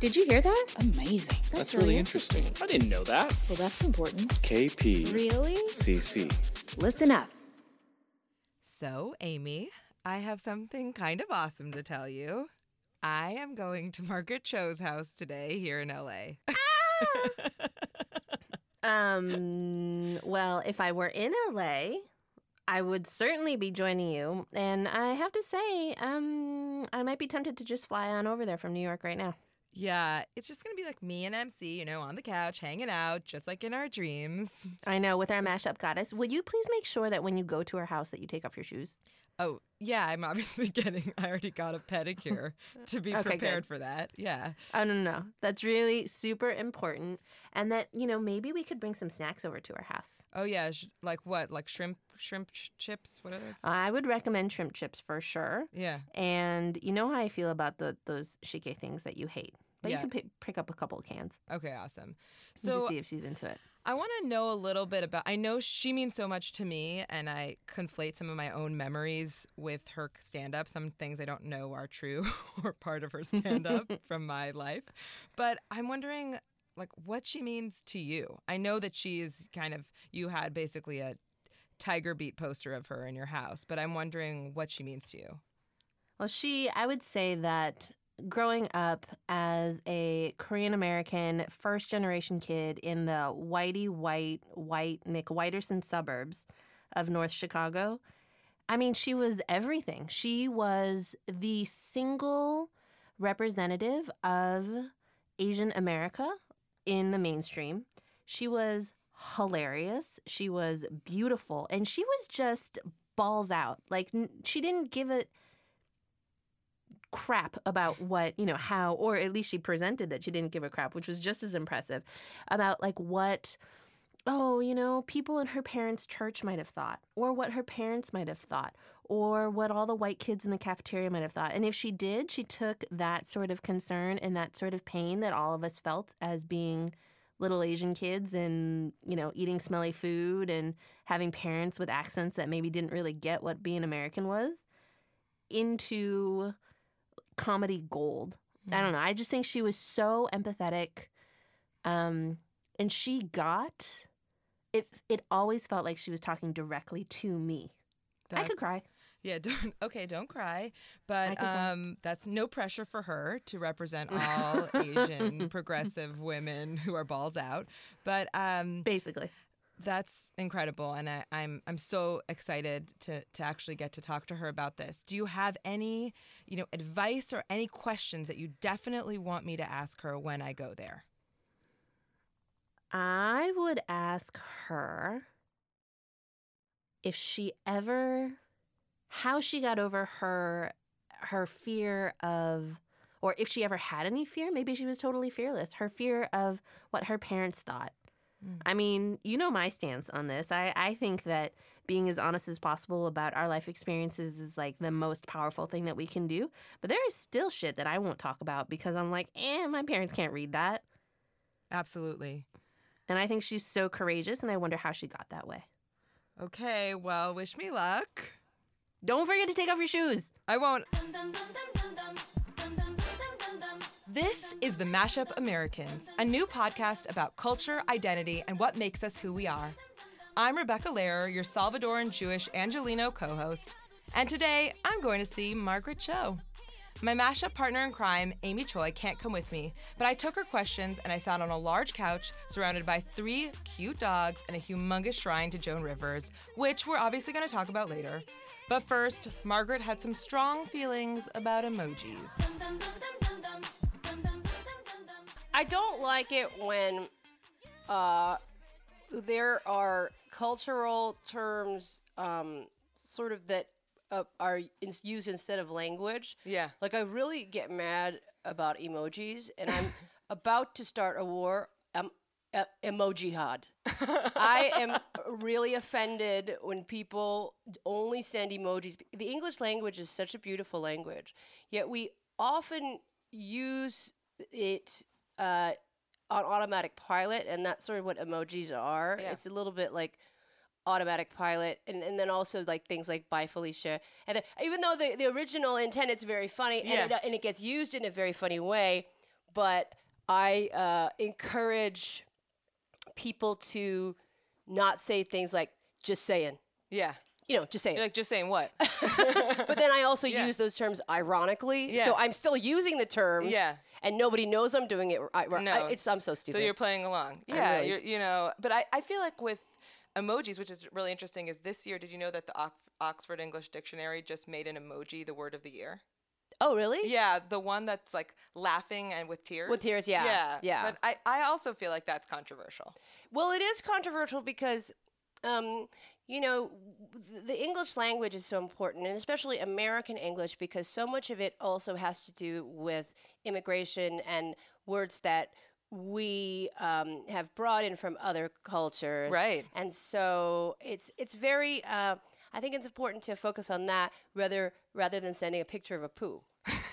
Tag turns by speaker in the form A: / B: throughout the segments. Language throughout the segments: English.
A: Did you hear that?
B: Amazing.
A: That's,
C: That's really interesting.
B: I didn't know that.
A: Well, that's important.
C: KPCC.
A: Really? Listen up.
D: So, Amy, I have something kind of awesome to tell you. I am going to Margaret Cho's house today here in LA.
A: Um, well, if I were in LA, I would certainly be joining you. And I have to say, um, I might be tempted to just fly on over there from New York right now.
D: yeah, it's just going to be like me and MC, you know, on the couch, hanging out, just like in our dreams.
A: I know, with our mashup goddess. Would you please make sure that when you go to her house that you take off your shoes?
D: Oh, yeah, I'm obviously getting, I already got a pedicure to be
A: Okay, good.
D: prepared for that. Yeah.
A: Oh, no, no, no. That's really super important. And that, you know, maybe we could bring some snacks over to her house.
D: Oh, yeah, sh- like what? Like shrimp, shrimp ch- chips? What are those?
A: I would recommend shrimp chips for sure.
D: yeah.
A: And you know how I feel about the those shike things that you hate. But
D: Yeah.
A: you can pick, pick up a couple of cans
D: Okay, awesome.
A: and just
D: So,
A: see if she's into it.
D: I want to know a little bit about. I know she means so much to me, and I conflate some of my own memories with her stand up. Some things I don't know are true or part of her stand up from my life. But I'm wondering, like, what she means to you. I know that she is kind of, you had basically a Tiger Beat poster of her in your house, but I'm wondering what she means to you.
A: Well, she, I would say that growing up as a Korean American first generation kid in the whitey white, white McWhiterson suburbs of North Chicago, I mean, she was everything. She was the single representative of Asian America in the mainstream. She was hilarious. She was beautiful. And she was just balls out. Like, n- she didn't give it crap about what, you know, how, or at least she presented that she didn't give a crap, which was just as impressive about like what, oh, you know, people in her parents' church might have thought, or what her parents might have thought, or what all the white kids in the cafeteria might have thought. And if she did, she took that sort of concern and that sort of pain that all of us felt as being little asian kids and you know eating smelly food and having parents with accents that maybe didn't really get what being american was into comedy gold. I
D: Mm.
A: don't know. I just think she was so empathetic. Um, and she got it it always felt like she was talking directly to me. I
D: That-
A: could cry.
D: Yeah, don't okay, don't cry.
A: I
D: But
A: can cry.
D: um that's no pressure for her to represent all Asian progressive women who are balls out. But um
A: Basically.
D: that's incredible and I, I'm I'm so excited to to actually get to talk to her about this. Do you have any, you know, advice or any questions that you definitely want me to ask her when I go there?
A: I would ask her if she ever how she got over her her fear of or if she ever had any fear, maybe she was totally fearless. Her fear of what her parents thought.
D: Mm.
A: I mean, you know my stance on this. I, I think that being as honest as possible about our life experiences is like the most powerful thing that we can do. But there is still shit that I won't talk about because I'm like, eh, my parents can't read that.
D: Absolutely.
A: And I think she's so courageous, and I wonder how she got that way.
D: Okay, well, wish me luck.
A: Don't forget to take off your shoes.
D: I won't. This is the Mashup Americans, a new podcast about culture, identity, and what makes us who we are. I'm Rebecca Lehrer, your Salvadoran Jewish Angelino co host, and today I'm going to see Margaret Cho. My mashup partner in crime, Amy Choi, can't come with me, but I took her questions and I sat on a large couch surrounded by three cute dogs and a humongous shrine to Joan Rivers, which we're obviously going to talk about later. But first, Margaret had some strong feelings about emojis.
E: I don't like it when uh, there are cultural terms um, sort of that uh, are ins- used instead of language.
D: Yeah.
E: Like I really get mad about emojis, and I'm about to start a war. Um, uh, emoji had. I am really offended when people only send emojis. The English language is such a beautiful language, yet we often use it uh, on automatic pilot, and that's sort of what emojis are.
D: Yeah.
E: It's a little bit like automatic pilot, and, and then also like things like "Bye Felicia," and then, even though the, the original intent is very funny,
D: Yeah.
E: and, it, and it gets used in a very funny way, but I uh, encourage people to not say things like just saying,
D: Yeah.
E: you know, just saying.
D: You're like just saying what?
E: but then I also use those terms ironically.
D: Yeah.
E: So I'm still using the terms.
D: Yeah.
E: And nobody knows I'm doing it. I, I-
D: No.
E: it's, I'm so
D: so
E: stupid.
D: you're playing along. Yeah.
E: really-
D: You're, you know, but I, I feel like with emojis, which is really interesting, is this year, did you know that the Ox- Oxford English Dictionary just made an emoji the word of the year?
E: oh, really?
D: Yeah, the one that's like laughing and with tears.
E: With tears, yeah,
D: Yeah.
E: yeah.
D: But I, I also feel like that's controversial.
E: Well, it is controversial because, um, you know, th- the English language is so important, and especially American English, because so much of it also has to do with immigration and words that we um, have brought in from other cultures.
D: Right.
E: And so it's it's very. Uh, I think it's important to focus on that rather rather than sending a picture of a poo.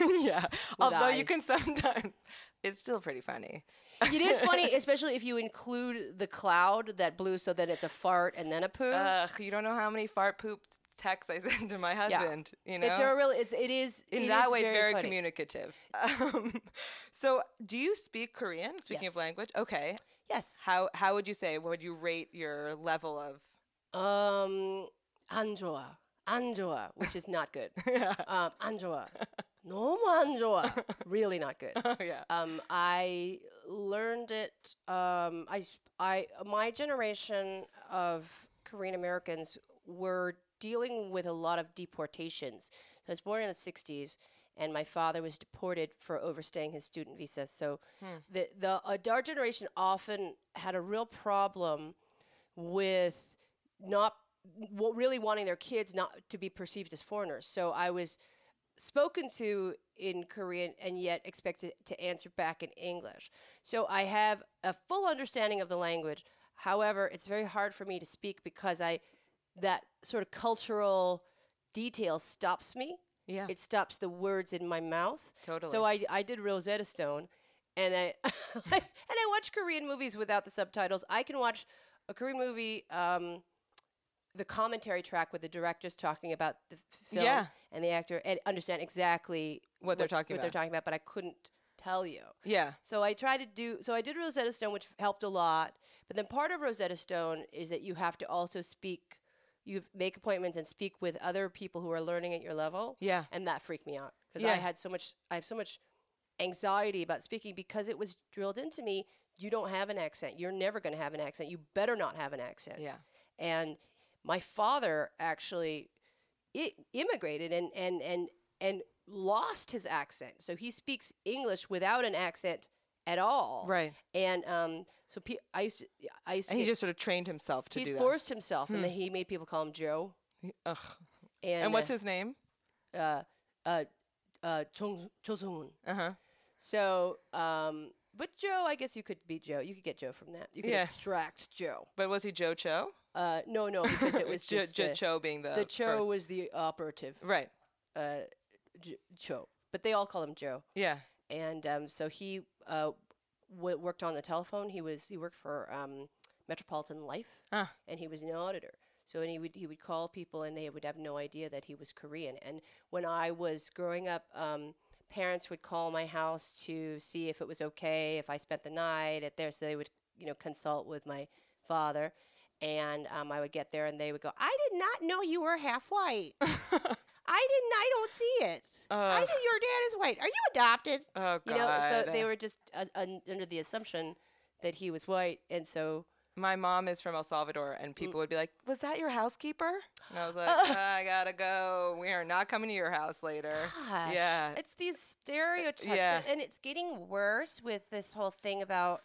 D: yeah. Although you can
E: eyes.
D: sometimes, it's still pretty funny.
E: It is funny, especially if you include the cloud that blew, so that it's a fart and then a poo.
D: Ugh, you don't know how many fart poop texts I send to my husband. You know,
E: It's a real. It's it is
D: in
E: it
D: that
E: is
D: way, it's very
E: funny.
D: communicative. Um, so, do you speak Korean? Speaking of
E: Yes.
D: language, okay.
E: Yes.
D: How how would you say? What would you rate your level of?
E: Um, 안 좋아, 안 좋아, which is not good. um, 안 좋아, 너무 안 좋아, really not good.
D: Oh yeah.
E: Um, I learned it. Um, I s- I my generation of Korean Americans were dealing with a lot of deportations. I was born in the '60s, and my father was deported for overstaying his student visa. So
D: Hmm.
E: the the uh, our generation often had a real problem with not w- really wanting their kids not to be perceived as foreigners. So I was spoken to in Korean and yet expected to answer back in English. So I have a full understanding of the language. However, it's very hard for me to speak because I that sort of cultural detail stops me.
D: Yeah.
E: It stops the words in my mouth. So I I did Rosetta Stone and I and I watch Korean movies without the subtitles. I can watch a Korean movie um the commentary track with the directors talking about the f- film
D: Yeah.
E: and the actor and understand exactly
D: What they're
E: what's-
D: talking about.
E: what they're talking about, but I couldn't tell you.
D: yeah.
E: So I tried to do so I did Rosetta Stone, which helped a lot. But then part of Rosetta Stone is that you have to also speak you make appointments and speak with other people who are learning at your level
D: Yeah.
E: and that freaked me out because
D: Yeah.
E: I had so much I have so much anxiety about speaking because it was drilled into me. You don't have an accent. You're never going to have an accent. You better not have an accent.
D: Yeah.
E: And my father actually I- immigrated and and and and lost his accent. So he speaks English without an accent at all.
D: Right.
E: And um, so pe- I used to, I used to
D: And he
E: get-
D: just sort of trained himself to
E: he
D: do
E: forced himself, and then he made people call him Joe.
D: that. Ugh.
E: And,
D: And what's
E: uh,
D: his name?
E: uh, uh, uh, Chong Chosun.
D: Uh huh.
E: So, um, but Joe, I guess you could be Joe. You could get Joe from that. You could
D: Yeah.
E: extract Joe.
D: But was he Joe Cho?
E: Uh, no, no, because it was
D: Jo-
E: just
D: Jo
E: uh,
D: Cho being the
E: the Cho
D: first-
E: was the operative
D: right.
E: uh, J- Cho, but they all call him Joe.
D: Yeah.
E: And um, so he uh, w- worked on the telephone. He was he worked for um, Metropolitan Life,
D: Huh.
E: and he was an auditor. So and he would he would call people, and they would have no idea that he was Korean. And when I was growing up, um, parents would call my house to see if it was okay if I spent the night at there. So they would you know consult with my father, and um, I would get there, and they would go, "I did not know you were half white. I didn't. I don't see it. I
D: Ugh.
E: did. Your dad is white. Are you adopted?"
D: Oh god.
E: You know, so they were just uh, un- under the assumption that he was white, and so
D: My mom is from El Salvador, and people would be like, "Was that your housekeeper?" And I was like, "I gotta go. We are not coming to your house later."
E: gosh,
D: Yeah.
E: it's these stereotypes,
D: yeah.
E: that- and it's getting worse with this whole thing about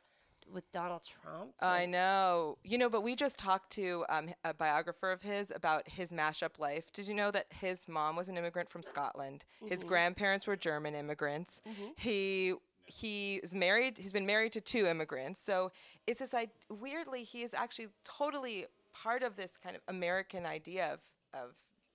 E: with Donald Trump.
D: I
E: and-
D: know. You know, but we just talked to um, h- a biographer of his about his mashup life. Did you know that his mom was an immigrant from Scotland? His grandparents were German immigrants. He he is married. He's been married to two immigrants. So it's this like weirdly he is actually totally part of this kind of American idea of of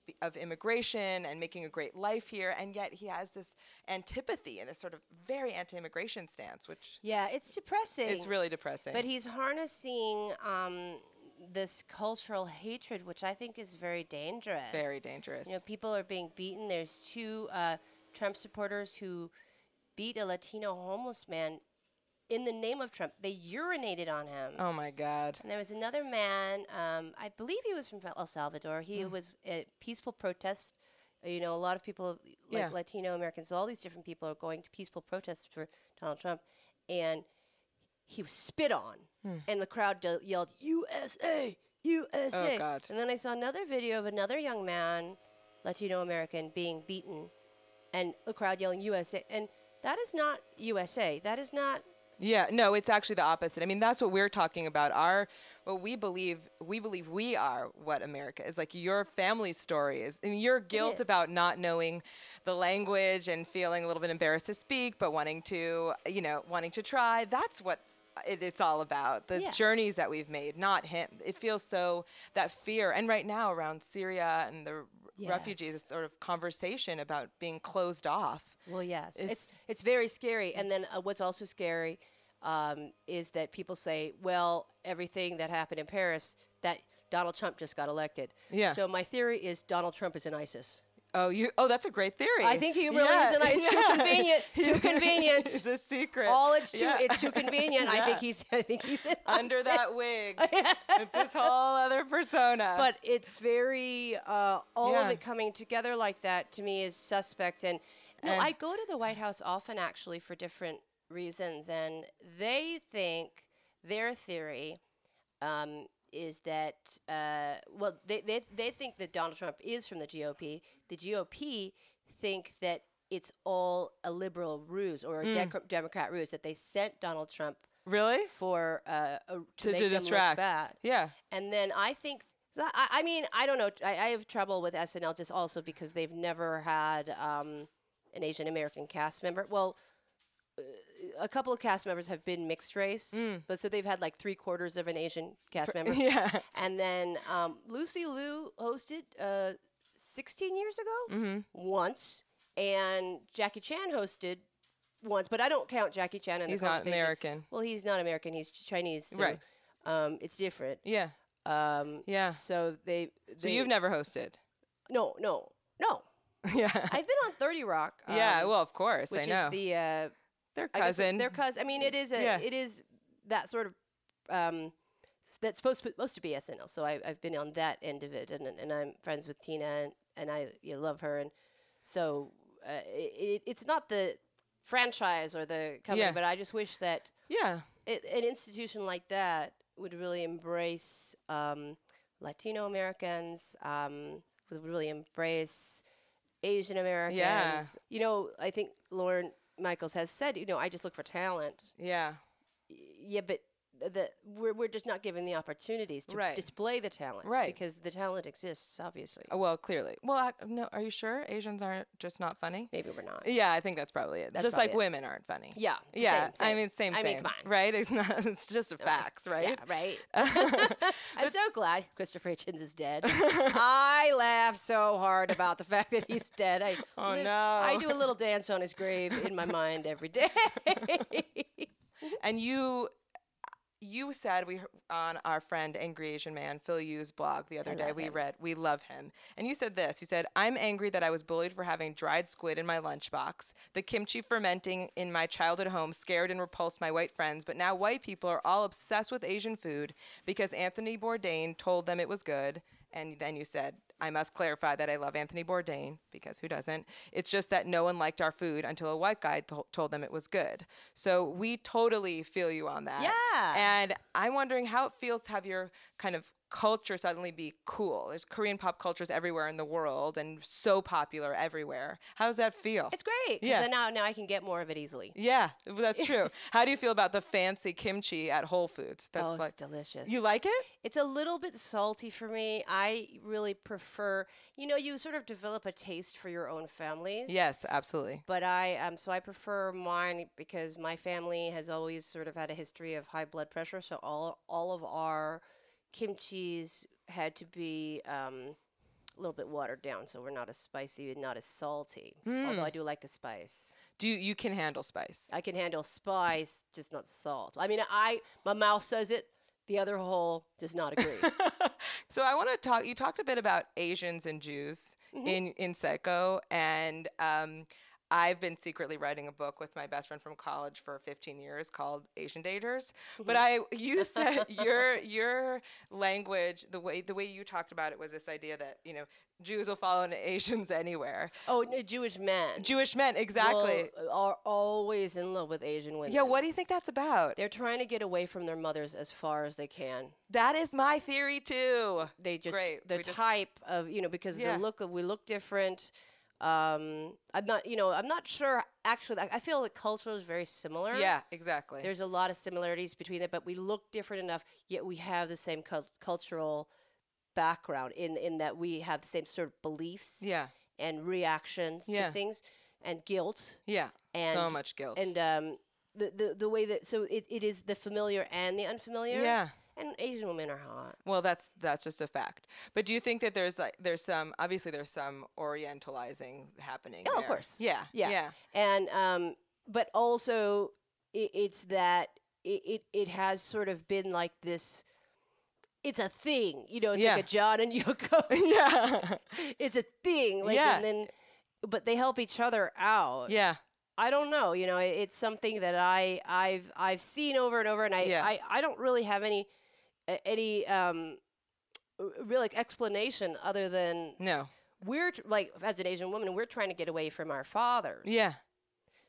D: be- of immigration and making a great life here and yet he has this antipathy and this sort of very anti-immigration stance which
E: yeah, it's depressing.
D: is really depressing
E: But he's harnessing um, this cultural hatred, which I think is very dangerous.
D: very dangerous
E: You know, people are being beaten. There's two uh, Trump supporters who beat a Latino homeless man in the name of Trump. They urinated on him.
D: Oh my God.
E: And there was another man, um, I believe he was from El Salvador. He
D: Mm.
E: was at peaceful protests. Uh, You know, a lot of people, like
D: Yeah.
E: Latino Americans, all these different people are going to peaceful protests for Donald Trump. And he was spit on.
D: Hmm.
E: And the crowd de- yelled, USA, USA.
D: Oh, God.
E: And then I saw another video of another young man, Latino American, being beaten. And the crowd yelling, USA. And that is not USA. That is not
D: Yeah, no, it's actually the opposite. I mean, that's what we're talking about. Our what we believe we believe we are what America is. Like your family story is I mean, your guilt
E: is.
D: about not knowing the language and feeling a little bit embarrassed to speak, but wanting to, you know, wanting to try. That's what it, it's all about. The
E: Yeah.
D: journeys that we've made, not him. It feels so that fear and right now around Syria and the r- refugees,
E: Yes.
D: this sort of conversation about being closed off.
E: Well, yes, it's it's,
D: It's-
E: very scary. And then uh, what's also scary um, is that people say, "Well, everything that happened in Paris, that Donald Trump just got elected."
D: Yeah.
E: So my theory is Donald Trump is in ISIS.
D: Oh, you oh, that's a great theory.
E: I think he really
D: Yeah,
E: is in ISIS. Too
D: yeah.
E: convenient. Too
D: it's
E: convenient.
D: a secret.
E: All it's too
D: Yeah.
E: it's too convenient. I
D: Yeah.
E: think he's I think he's in
D: under
E: ISIS.
D: that wig. it's this whole other persona.
E: but it's very uh, all
D: Uh, Yeah.
E: of it coming together like that to me is suspect and no
D: And-
E: i go to the white house often actually for different reasons and they think their theory um, is that uh, well they, they, they think that donald trump is from the gop the gop think that it's all a liberal ruse or a
D: Hmm.
E: dec- democrat ruse that they sent donald trump
D: really?
E: for uh, a, to,
D: To,
E: make
D: to
E: them
D: distract.
E: look bad
D: Yeah.
E: and then I think, 'cause I, I mean, I don't know. I, I have trouble with SNL just also because they've never had um, an Asian American cast member. Well, uh, a couple of cast members have been mixed race, but so they've had like three quarters of an Asian cast member.
D: Mm. Yeah.
E: And then um, Lucy Liu hosted uh, 16 years ago
D: Mm-hmm.
E: once, and Jackie Chan hosted once, but I don't count Jackie Chan in
D: He's
E: the
D: not
E: conversation.
D: American.
E: Well, he's not American. He's Chinese, so,
D: Right.
E: Um, it's different.
D: Yeah.
E: Um,
D: Yeah.
E: So they.
D: So
E: they-
D: you've never hosted.
E: No, no, no.
D: yeah.
E: I've been on Thirty Rock.
D: yeah.
E: um,
D: Well, of course.
E: which
D: I know.
E: is the uh,
D: Their
E: I guess
D: cousin.
E: Their cousin. I mean, it is a.
D: Yeah.
E: It is that sort of. Um, s- that's supposed to, supposed to be SNL. So I, I've been on that end of it, and and I'm friends with Tina, and, and I you know, love her, and so uh, it, it's not the franchise or the company,
D: Yeah.
E: but I just wish that
D: yeah.
E: it, an institution like that would really embrace um, Latino Americans, um, would really embrace Asian Americans. You know, I think Lauren Michaels has said, you know, I just look for talent.
D: Yeah.
E: Y- Yeah, but the, we're, we're just not given the opportunities to
D: Right.
E: display the talent.
D: Right.
E: Because the talent exists, obviously.
D: Oh, well, clearly. Well, I, no. Are you sure Asians aren't just not funny?
E: Maybe we're not.
D: Yeah, I think that's probably it.
E: That's
D: just like
E: probably
D: women aren't funny.
E: Yeah.
D: Yeah.
E: same, same.
D: I mean, same.
E: I mean,
D: same,
E: come on.
D: Right. It's not. It's just a facts. Right.
E: Yeah, right. I'm so glad Christopher Hitchens is dead. I laugh so hard about the fact that he's dead. I
D: Oh,
E: lit-
D: no.
E: I do a little dance on his grave in my mind every day.
D: And you, you said we hear- on our friend Angry Asian Man Phil Yu's blog the other
E: I
D: day.
E: love
D: We
E: him.
D: read we love him, and you said this. You said I'm angry that I was bullied for having dried squid in my lunchbox. The kimchi fermenting in my childhood home scared and repulsed my white friends, but now white people are all obsessed with Asian food because Anthony Bourdain told them it was good. And then you said, I must clarify that I love Anthony Bourdain because who doesn't? It's just that no one liked our food until a white guy to- told them it was good. So we totally feel you on that.
E: Yeah.
D: And I'm wondering how it feels to have your kind of culture suddenly be cool. There's Korean pop cultures everywhere in the world and so popular everywhere. How does that feel?
E: it's great because
D: Yeah.
E: now now I can get more of it easily.
D: yeah, that's true. how do you feel about the fancy kimchi at Whole Foods? That's
E: oh,
D: like
E: it's delicious.
D: you like it?
E: It's a little bit salty for me. I really prefer. You know, you sort of develop a taste for your own families.
D: Yes, absolutely.
E: But I um so I prefer mine because my family has always sort of had a history of high blood pressure, so all all of our kimchi's had to be um a little bit watered down, so we're not as spicy and not as salty.
D: Hmm.
E: Although I do like the spice.
D: Do you, you can handle spice?
E: I can handle spice, just not salt. I mean, I my mouth says it, the other hole does not agree.
D: so I want to talk. You
E: Mm-hmm.
D: talked a bit about Asians and Jews in in Seiko, and um, I've been secretly writing a book with my best friend from college for 15 years called Asian Daters. But I,
E: Mm-hmm.
D: you said your your language, the way the way you talked about it was this idea that you know Jews will follow Asians anywhere.
E: Oh, n- Jewish men.
D: Jewish men, exactly.
E: will- are always in love with Asian women.
D: yeah, what do you think that's about?
E: They're trying to get away from their mothers as far as they can.
D: That is my theory too.
E: They just
D: Great,
E: the
D: we just-
E: type of you know because
D: Yeah.
E: the look of we look different. Um, I'm not you know I'm not sure actually. I, I feel the culture is very similar.
D: Yeah, exactly.
E: There's a lot of similarities between it, but we look different enough, yet we have the same cul- cultural background in in that we have the same sort of beliefs
D: yeah,
E: and reactions
D: Yeah.
E: to things and guilt
D: yeah.
E: and
D: so much guilt.
E: and um the, the the way that so it, it is the familiar and the unfamiliar
D: yeah.
E: and asian women are hot
D: Well, that's that's just a fact. But do you think that there's like there's some obviously there's some orientalizing happening?
E: Oh, of
D: there.
E: course.
D: Yeah.
E: Yeah.
D: Yeah.
E: and um but also it, it's that it, it it has sort of been like this it's a thing you know it's
D: Yeah.
E: like a john and yoko
D: Yeah.
E: it's a thing like
D: Yeah.
E: and then but they help each other out
D: yeah.
E: I don't know. You know, it- it's something that I I've I've seen over and over, and I
D: Yeah.
E: I, I don't really have any a- any um r- real like explanation other than
D: No.
E: we're tr- like as an Asian woman, we're trying to get away from our fathers.
D: Yeah.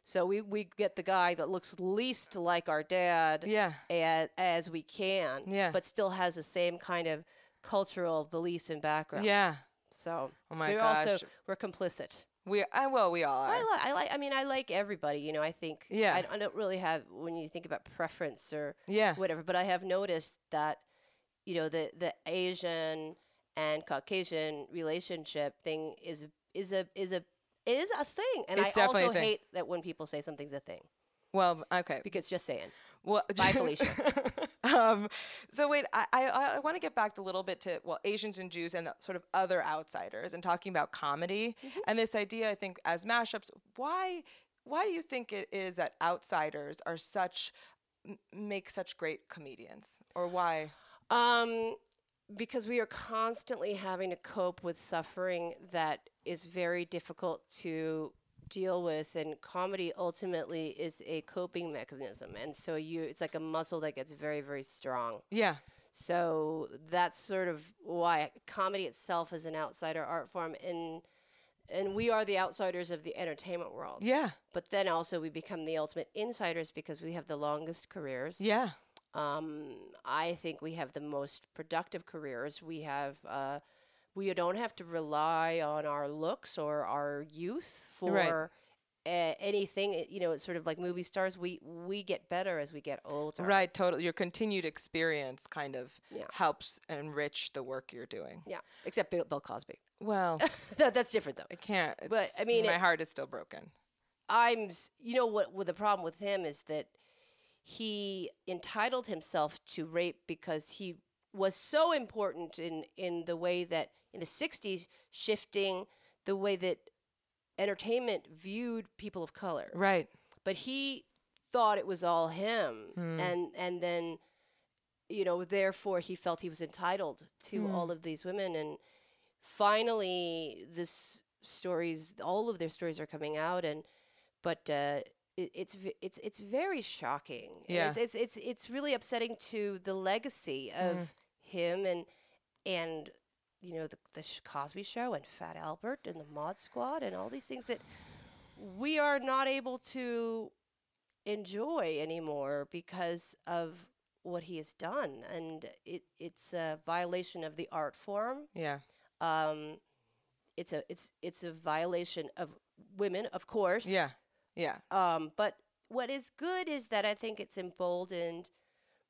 E: So we we get the guy that looks least like our dad
D: Yeah.
E: as, as we can.
D: Yeah.
E: But still has the same kind of cultural beliefs and background.
D: Yeah.
E: So
D: Oh my
E: we're
D: gosh.
E: also we're complicit.
D: we I, well we all are.
E: I like. I like. I mean, I like everybody. You know, I think.
D: Yeah.
E: I, d- I don't really have when you think about preference or
D: yeah.
E: whatever, but I have noticed that, you know, the the Asian and Caucasian relationship thing is is a is a is a thing, and
D: It's
E: I
D: definitely a
E: also
D: thing.
E: hate that when people say something's a thing
D: Well, okay.
E: because just saying.
D: Well,
E: Bye, Felicia.
D: um, so wait, I I, I want to get back a little bit to well Asians and Jews and the sort of other outsiders and talking about comedy and this idea. I think as mashups, why why do you think it is that outsiders are such m- make such great comedians or why?
E: Um, because we are constantly having to cope with suffering that is very difficult to deal with, and comedy ultimately is a coping mechanism, and so you it's like a muscle that gets very, very strong.
D: Yeah,
E: So that's sort of why comedy itself is an outsider art form, and and we are the outsiders of the entertainment world.
D: yeah,
E: But then also we become the ultimate insiders because we have the longest careers.
D: yeah,
E: Um, I think we have the most productive careers. We have uh, we don't have to rely on our looks or our youth
D: Right.
E: for uh, anything. It- You know, it's sort of like movie stars. We we get better as we get older.
D: right. Total, your continued experience kind of
E: Yeah.
D: helps enrich the work you're doing.
E: Yeah. Except Bill, Bill Cosby.
D: Well,
E: that, that's different though.
D: I can't.
E: But,
D: it's-
E: I mean,
D: my
E: it-
D: heart is still broken.
E: I'm. s- You know what? What the problem with him is that he entitled himself to rape because he was so important in in the way that in the '60s shifting the way that entertainment viewed people of color.
D: Right.
E: But he thought it was all him,
D: Hmm.
E: and and then you know therefore he felt he was entitled to
D: Hmm.
E: all of these women and finally this stories all of their stories are coming out and but uh it, it's v- it's it's very shocking And
D: Yeah.
E: it's, it's it's it's really upsetting to the legacy of
D: Mm.
E: him and and you know the, the Sh- cosby show and fat albert and the mod squad and all these things that we are not able to enjoy anymore because of what he has done and it it's a violation of the art form
D: Yeah.
E: um it's a it's it's a violation of women of course
D: Yeah. Yeah.
E: um but what is good is that i think it's emboldened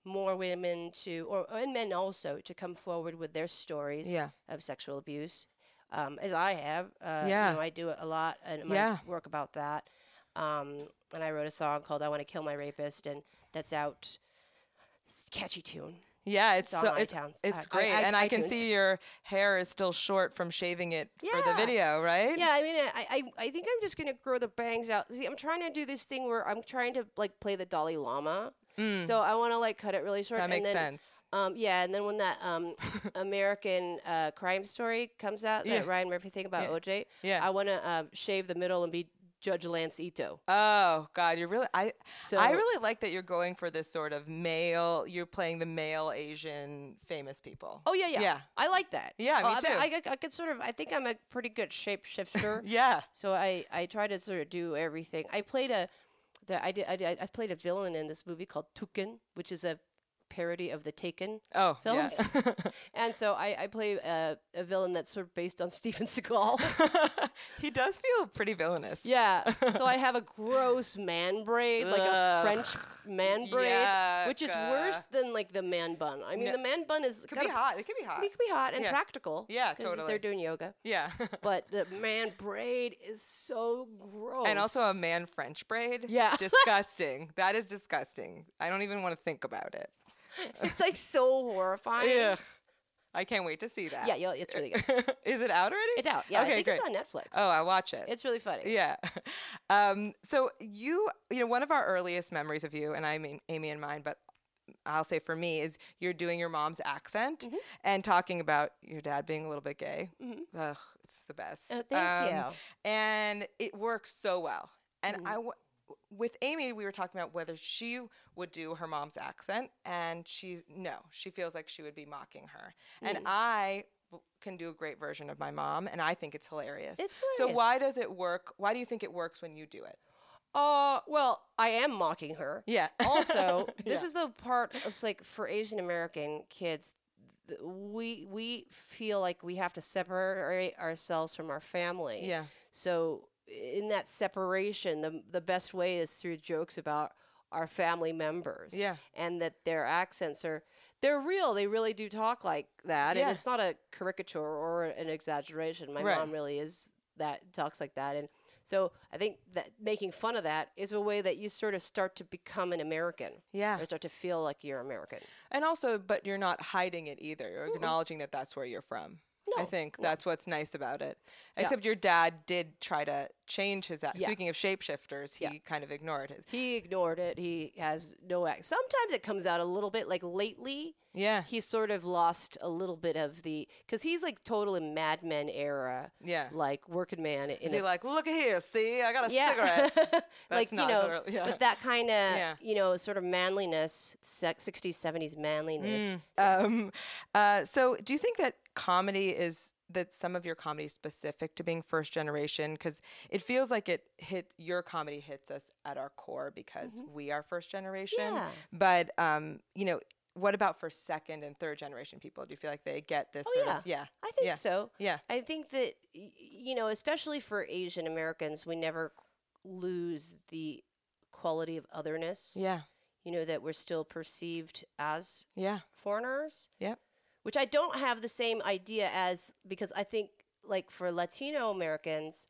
E: more women to or and men also to come forward with their stories
D: Yeah.
E: of sexual abuse um as i have uh you
D: Yeah.
E: know, i do it a lot and my
D: Yeah.
E: work about that um and i wrote a song called i want to kill my rapist and that's out it's a catchy tune
D: Yeah, it's
E: it's on
D: so,
E: iTunes.
D: it's, it's
E: I-
D: great,
E: I-
D: and I can
E: iTunes.
D: see your hair is still short from shaving it for the
E: Yeah.
D: video, right?
E: Yeah, I mean, I, I, I think I'm just gonna grow the bangs out. See, I'm trying to do this thing where I'm trying to like play the Dalai Lama,
D: Mm,
E: so I want to like cut it really short.
D: that
E: and
D: makes
E: then,
D: sense.
E: Um, yeah, and then when that um American uh, crime story comes out,
D: Yeah.
E: that Ryan Murphy thing about
D: Yeah.
E: OJ,
D: Yeah,
E: I want to um, uh, shave the middle and be Judge Lance Ito.
D: Oh God, you're really I
E: So
D: I really like that you're going for this sort of male. You're playing the male Asian famous people.
E: Oh yeah, yeah,
D: Yeah.
E: I like that.
D: Yeah, me
E: Uh, I mean,
D: too.
E: I, I, I could sort of. I think I'm a pretty good shapeshifter.
D: yeah.
E: So I I try to sort of do everything. I played a the I did I, did, I played a villain in this movie called Tukin, which is a parody of the Taken.
D: Oh, yeah.
E: Films. And so I I play a, a villain that's sort of based on Steven Seagal.
D: he does feel pretty villainous.
E: yeah. So I have a gross man braid, like a
D: Ugh.
E: French man braid, which is
D: Yuck,
E: worse
D: uh,
E: than like the man bun. I mean,
D: No.
E: the man bun is
D: Could
E: gotta
D: be hot. It could be hot.
E: It can be hot and
D: Yeah.
E: practical.
D: Yeah,
E: 'cause if
D: totally.
E: They're doing yoga.
D: yeah.
E: But the man braid is so gross.
D: and also um, a man French braid.
E: Yeah.
D: Disgusting. that is disgusting. I don't even want to think about it.
E: it's like so horrifying.
D: Ugh. I can't wait to see that.
E: Yeah, yeah, it's really good.
D: is it out already?
E: It's out. Yeah,
D: Okay,
E: I think
D: great.
E: it's on Netflix.
D: Oh, I watch it.
E: it's really funny.
D: Yeah. Um, so you, you know, one of our earliest memories of you, and I mean Amy and mine, but I'll say for me is you're doing your mom's accent
E: Mhm.
D: and talking about your dad being a little bit gay.
E: Mhm.
D: Ugh, it's the best.
E: Oh,
D: Um,
E: thank you.
D: And it works so well. And
E: Mhm.
D: I, w- with Amy, we were talking about whether she would do her mom's accent, and she's no, she feels like she would be mocking her, and
E: Mm.
D: I w- can do a great version of my mom, and I think it's hilarious.
E: It's
D: So
E: hilarious.
D: why does it work? Why do you think it works when you do it?
E: Uh, well, I am mocking her.
D: Yeah.
E: Also, this is the part. It's like for Asian American kids, th- we we feel like we have to separate ourselves from our family.
D: yeah.
E: So in that separation, the the best way is through jokes about our family members.
D: Yeah.
E: and that their accents are they're real they really do talk like that
D: Yeah.
E: and it's not a caricature or an exaggeration my
D: Right.
E: mom really is that talks like that and so i think that making fun of that is a way that you sort of start to become an american
D: Yeah.
E: or start to feel like you're american
D: And also, but you're not hiding it either. You're acknowledging that that's where you're from. I
E: No,
D: think
E: no.
D: that's what's nice about it.
E: Yeah.
D: Except your dad did try to change his. Ac-
E: Yeah.
D: Speaking of shapeshifters, he
E: Yeah.
D: kind of ignored his.
E: he ignored it he has no act sometimes it comes out a little bit like lately
D: Yeah.
E: he's sort of lost a little bit of the because he's like total in mad men era
D: Yeah.
E: like working man in
D: Is
E: a
D: he like, look at here, see, I got a cigarette.
E: like
D: That's
E: you
D: not
E: know,
D: literal- yeah.
E: but that kind of
D: Yeah.
E: you know sort of manliness, sex, 60s, 70s manliness.
D: Um, uh, so, do you think that comedy is that some of your comedy is specific to being first generation? Because it feels like it hit your comedy hits us at our core because we are first generation.
E: Mm-hmm. Yeah.
D: But um, you know, what about for second and third generation people? Do you feel like they get this?
E: Oh,
D: sort Of, yeah,
E: I think
D: Yeah.
E: so.
D: yeah,
E: I think that y- you know, especially for Asian Americans, we never lose the quality of otherness.
D: yeah,
E: You know that we're still perceived as
D: yeah,
E: foreigners.
D: Yep.
E: Which I don't have the same idea as because I think like for Latino Americans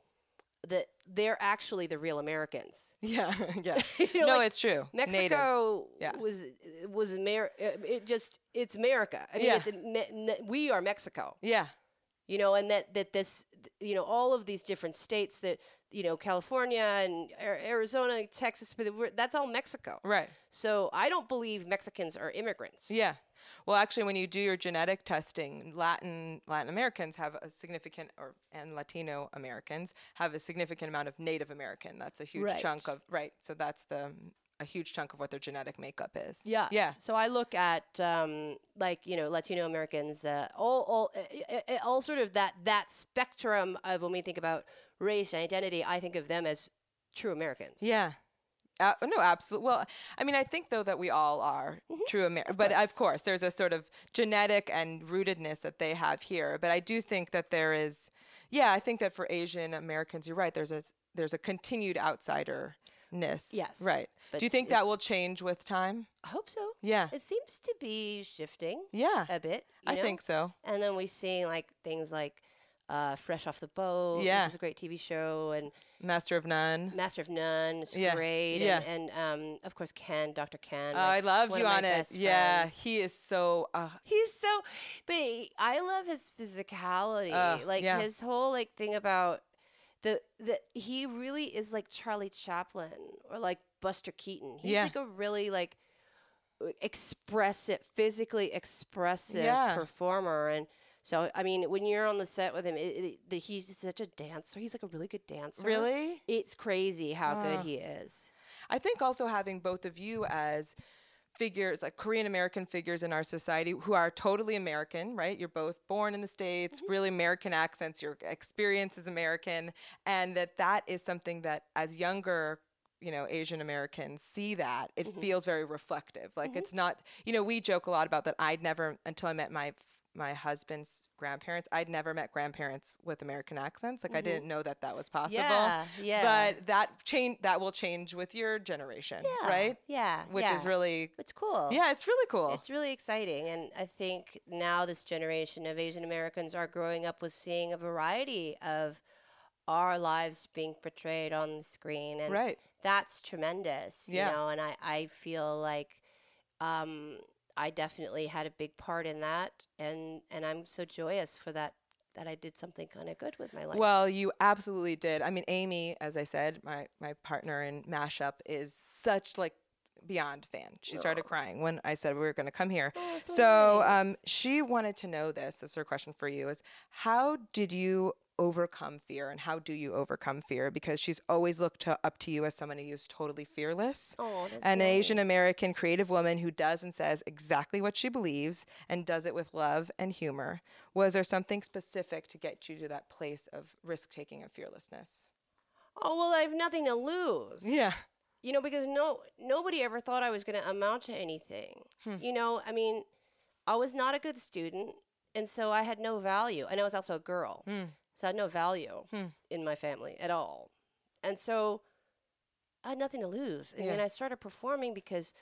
E: that they're actually the real Americans.
D: yeah, yeah.
E: You know,
D: no,
E: like,
D: it's true. Native.
E: Mexico
D: Yeah.
E: was was Amer- uh, it just it's America. I mean,
D: Yeah.
E: it's me- ne- we are Mexico.
D: Yeah,
E: You know, and that that this you know all of these different states that you know California and A- Arizona, Texas, but we're, that's all Mexico.
D: right.
E: So I don't believe Mexicans are immigrants.
D: Yeah. Well, actually, when you do your genetic testing, Latin Latin Americans have a significant, or and Latino Americans have a significant amount of Native American. That's a huge chunk
E: Right.
D: of right. So that's the a huge chunk of what their genetic makeup is.
E: Yes.
D: Yeah.
E: So I look at um, like you know Latino Americans, uh, all all uh, uh, uh, all sort of that that spectrum of when we think about race and identity, I think of them as true Americans.
D: Yeah. Uh, no, absolutely. Well, I mean, I think though that we all are
E: Mm-hmm.
D: true American, but of course, there's a sort of genetic and rootedness that they have here. But I do think that there is, yeah, I think that for Asian Americans, you're right. There's a there's a continued outsiderness.
E: Yes,
D: Right.
E: but
D: Do you think that
E: it's-
D: will change with time?
E: I hope so.
D: Yeah.
E: It seems to be shifting
D: Yeah.
E: a bit. You
D: I
E: know?
D: think so.
E: And then we see like things like uh, Fresh Off the Boat,
D: Yeah.
E: which is a great TV show, and
D: Master of None.
E: Master of None is
D: Yeah,
E: great,
D: yeah.
E: and, and um, of course Ken, Doctor Ken.
D: Oh,
E: my-
D: I loved
E: one
D: you
E: of my
D: on it.
E: best
D: Yeah,
E: friends.
D: he is so. Uh,
E: He's so, but he- I love his physicality.
D: Uh,
E: like
D: yeah.
E: his whole like thing about the the he really is like Charlie Chaplin or like Buster Keaton. He's
D: Yeah.
E: like a really like expressive, physically expressive
D: Yeah.
E: performer, and So I mean, when you're on the set with him, it, it, the, he's such a dancer. He's like a really good dancer.
D: Really?
E: It's crazy how
D: Ah.
E: good he is.
D: I think also having both of you as figures, like Korean American figures in our society who are totally American, right? You're both born in the States, really American accents, your experience is American, and that that is something that as younger you know asian americans see that it
E: Mhm.
D: feels very reflective like it's not you know we joke a lot about that i'd never until i met my my husband's grandparents i'd never met grandparents with american accents like i
E: Mhm.
D: didn't know that that was possible
E: Yeah, yeah.
D: but that change that will change with your generation,
E: yeah,
D: right?
E: Yeah,
D: Which is
E: yeah.
D: really
E: it's cool.
D: yeah, it's really cool.
E: It's really exciting. And I think now this generation of Asian Americans are growing up with seeing a variety of our lives being portrayed on the screen. And
D: right.
E: that's tremendous,
D: Yeah.
E: you know, and I, I feel like um, I definitely had a big part in that. And, and I'm so joyous for that, that I did something kind of good with my life.
D: Well, you absolutely did. I mean, Amy, as I said, my my partner in mashup is such like beyond fan. She started crying when I said we were going to come here.
E: Oh, so
D: So, um,
E: nice.
D: she wanted to know this. This is her question for you: Is how did you overcome fear, and how do you overcome fear? Because she's always looked to, up to you as someone who's totally fearless.
E: oh, that's
D: an Asian
E: nice.
D: American creative woman who does and says exactly what she believes and does it with love and humor. Was there something specific to get you to that place of risk taking and fearlessness?
E: Oh, well, I have nothing to lose. you know because no nobody ever thought i was going to amount to anything
D: Hmm.
E: you know i mean i was not a good student and so i had no value and i was also a girl
D: Hmm.
E: so i had no value
D: Hmm.
E: in my family at all and so i had nothing to lose and
D: Yeah.
E: then i started performing because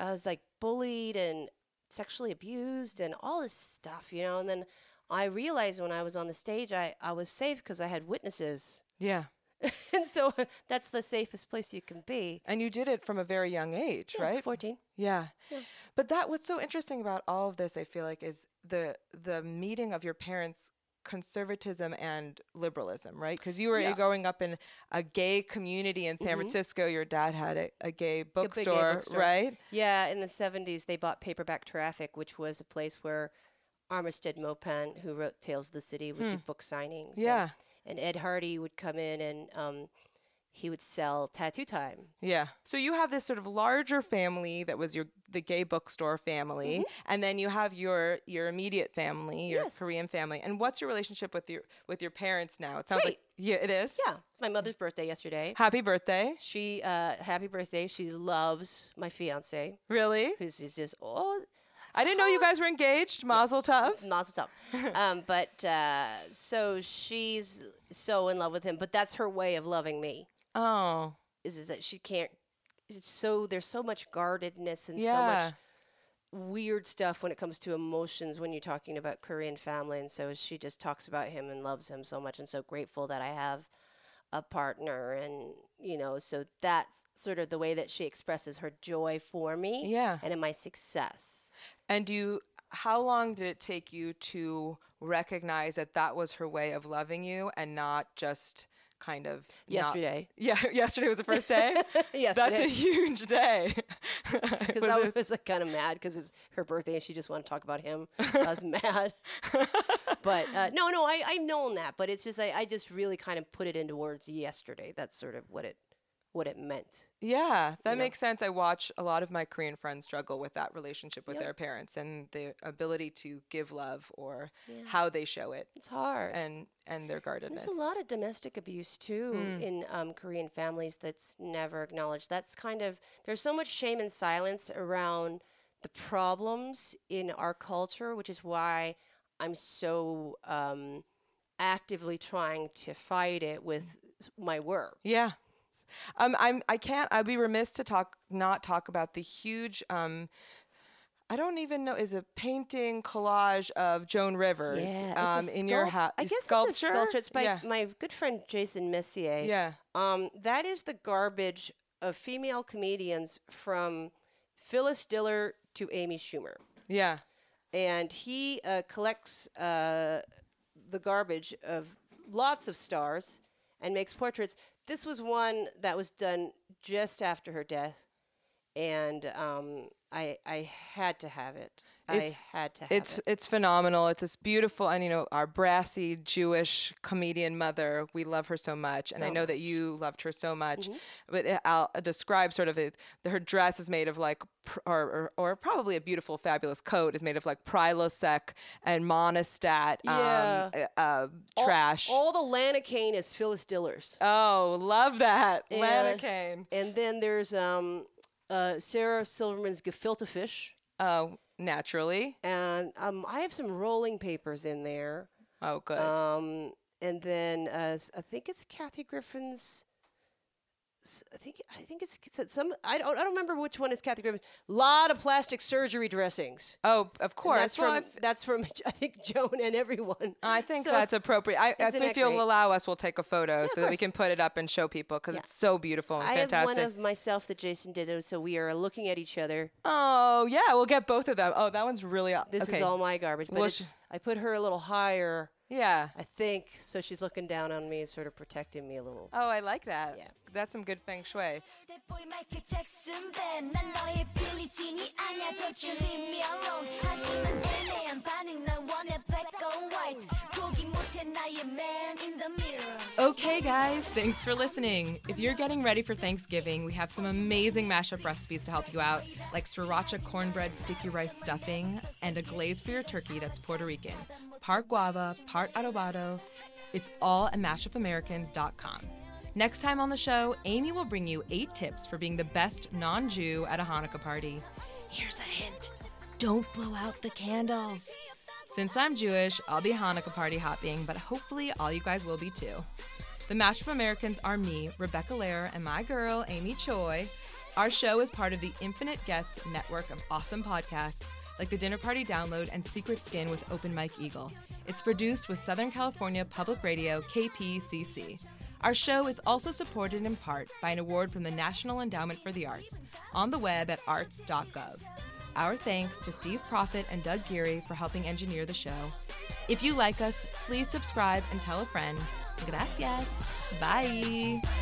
E: i was like bullied and sexually abused and all this stuff you know and then i realized when i was on the stage i, I was safe because i had witnesses
D: Yeah.
E: and so that's the safest place you can be
D: And you did it from a very young age,
E: yeah,
D: right?
E: 14.
D: Yeah.
E: Yeah.
D: But that what's so interesting about all of this, I feel like, is the the meeting of your parents conservatism and liberalism right because you were
E: Yeah.
D: growing up in a gay community in san
E: Mhm.
D: francisco your dad had a, a gay
E: big gay bookstore.
D: right
E: Yeah, in the 70s, they bought Paperback Traffic, which was a place where Armistead Maupin, who wrote Tales of the City, would do book signings. and-
D: Hmm. yeah
E: And, Ed Hardy would come in and um, he would sell Tattoo Time.
D: Yeah. So you have this sort of larger family that was your the gay bookstore family, and then you have your your immediate family, your
E: Mm-hmm. Yes.
D: Korean family. And what's your relationship with your with your parents now? It sounds like
E: Great.
D: yeah, it is.
E: Yeah, it's my mother's birthday yesterday.
D: Happy birthday.
E: She, uh, happy birthday. She loves my fiance,
D: Really?
E: who's is just, oh,
D: I didn't know you guys were engaged. Mazel tov.
E: Mazel tov. um, but uh, so she's so in love with him, but that's her way of loving me.
D: Oh.
E: is, is that she can't it's so there's so much guardedness and
D: Yeah.
E: so much weird stuff when it comes to emotions when you're talking about Korean family and so she just talks about him and loves him so much and so grateful that I have a partner and you know so that's sort of the way that she expresses her joy for me
D: Yeah.
E: and in my success
D: And you how long did it take you to recognize that that was her way of loving you and not just kind of not-
E: yesterday
D: yeah, yesterday was the first day. That's a
E: yesterday
D: huge day.
E: because
D: Was
E: I
D: it-
E: was like kind of mad because it's her birthday and she just wanted to talk about him I was mad But uh, no, no, I, I've known that, but it's just I, I just really kind of put it into words yesterday. That's sort of what it what it meant.
D: yeah, that
E: you know.
D: makes sense. I watch a lot of my Korean friends struggle with that relationship with
E: Yep.
D: their parents and the ability to give love or
E: Yeah.
D: how they show it
E: It's hard.
D: and and their guardedness.
E: There's a lot of domestic abuse too in um, Korean families that's never acknowledged. That's kind of there's so much shame and silence around the problems in our culture, which is why I'm so um, actively trying to fight it with s- my work.
D: Yeah. Um, I'm. I can't. I'd be remiss to talk not talk about the huge. Um, I don't even know. Is a painting collage of Joan Rivers.
E: it's a
D: um, in your
E: sculpt-
D: house.
E: I guess
D: sculpture.
E: it's a sculpture. It's by
D: yeah.
E: my good friend Jason Messier.
D: Yeah.
E: Um, that is the garbage of female comedians from Phyllis Diller to Amy Schumer,
D: Yeah.
E: and he uh, collects uh, the garbage of lots of stars and makes portraits. This was one that was done just after her death, and um, I I had to have it. I
D: It's-
E: had to have
D: It's
E: it.
D: it's phenomenal. It's this beautiful, and you know our brassy Jewish comedian mother. We love her so much, and I
E: So Mm-hmm.
D: know that you loved her so much. But it, I'll uh, describe sort of it. the- Her dress is made of like, pr- or, or or probably a beautiful, fabulous coat is made of like Prilosec and Monistat,
E: Yeah.
D: um, uh, uh, trash.
E: All the Lanacane is Phyllis Dillers,
D: oh, love that
E: And-
D: Lanacane.
E: and then there's um, uh, Sarah Silverman's gefilte fish,
D: Oh, naturally.
E: and um, I have some rolling papers in there.
D: Oh, good.
E: Um, and then uh, s- I think it's Kathy Griffin's. s- I think I think it's, it's at some. I don't. I don't remember which one is Kathy Griffin. lot of plastic surgery dressings.
D: oh, of
E: And
D: course.
E: That's
D: Well,
E: from
D: if-
E: that's from I think Joan and everyone.
D: I think
E: So-
D: that's appropriate. I, if,
E: isn't
D: if
E: it
D: you'll
E: great?
D: allow us, we'll take a photo so that we
E: course.
D: can put it up and show people because
E: Yeah.
D: it's so beautiful and
E: I have
D: fantastic.
E: one of myself that Jason did, so we are looking at each other.
D: oh yeah, we'll get both of them. Oh, that one's really aw-
E: This
D: okay.
E: is all my garbage, but
D: Well,
E: it's,
D: sh-
E: I put her a little higher,
D: Yeah.
E: I think, so she's looking down on me, sort of protecting me a little.
D: Oh, I like that.
E: Yeah.
D: That's some good feng shui.
B: 내 boy 마이클 잭슨 밴난 너의 빌리진이 아니야 Don't you leave me alone 하지만 애매한 반응 난 원해 black or white 포기 못해 나의 man in the mirror
D: Okay, guys, thanks for listening. If you're getting ready for Thanksgiving, we have some amazing mashup recipes to help you out, like sriracha cornbread sticky rice stuffing and a glaze for your turkey that's Puerto Rican, part guava, part adobado. It's all at mashupamericans.com. Next time on the show, Amy will bring you eight tips for being the best non Jew at a Hanukkah party. Here's a hint don't blow out the candles. Since I'm Jewish, I'll be Hanukkah party hopping, but hopefully all you guys will be too. The Mashup Americans are me, Rebecca Lehrer, and my girl, Amy Choi. Our show is part of the Infinite Guests network of awesome podcasts like The Dinner Party Download and Secret Skin with Open Mike Eagle. It's produced with Southern California Public Radio, KPCC. Our show is also supported in part by an award from the National Endowment for the Arts on the web at arts.gov. Our thanks to Steve Profit and Doug Geary for helping engineer the show. If you like us, please subscribe and tell a friend. Gracias. Bye.
B: Oh, oh,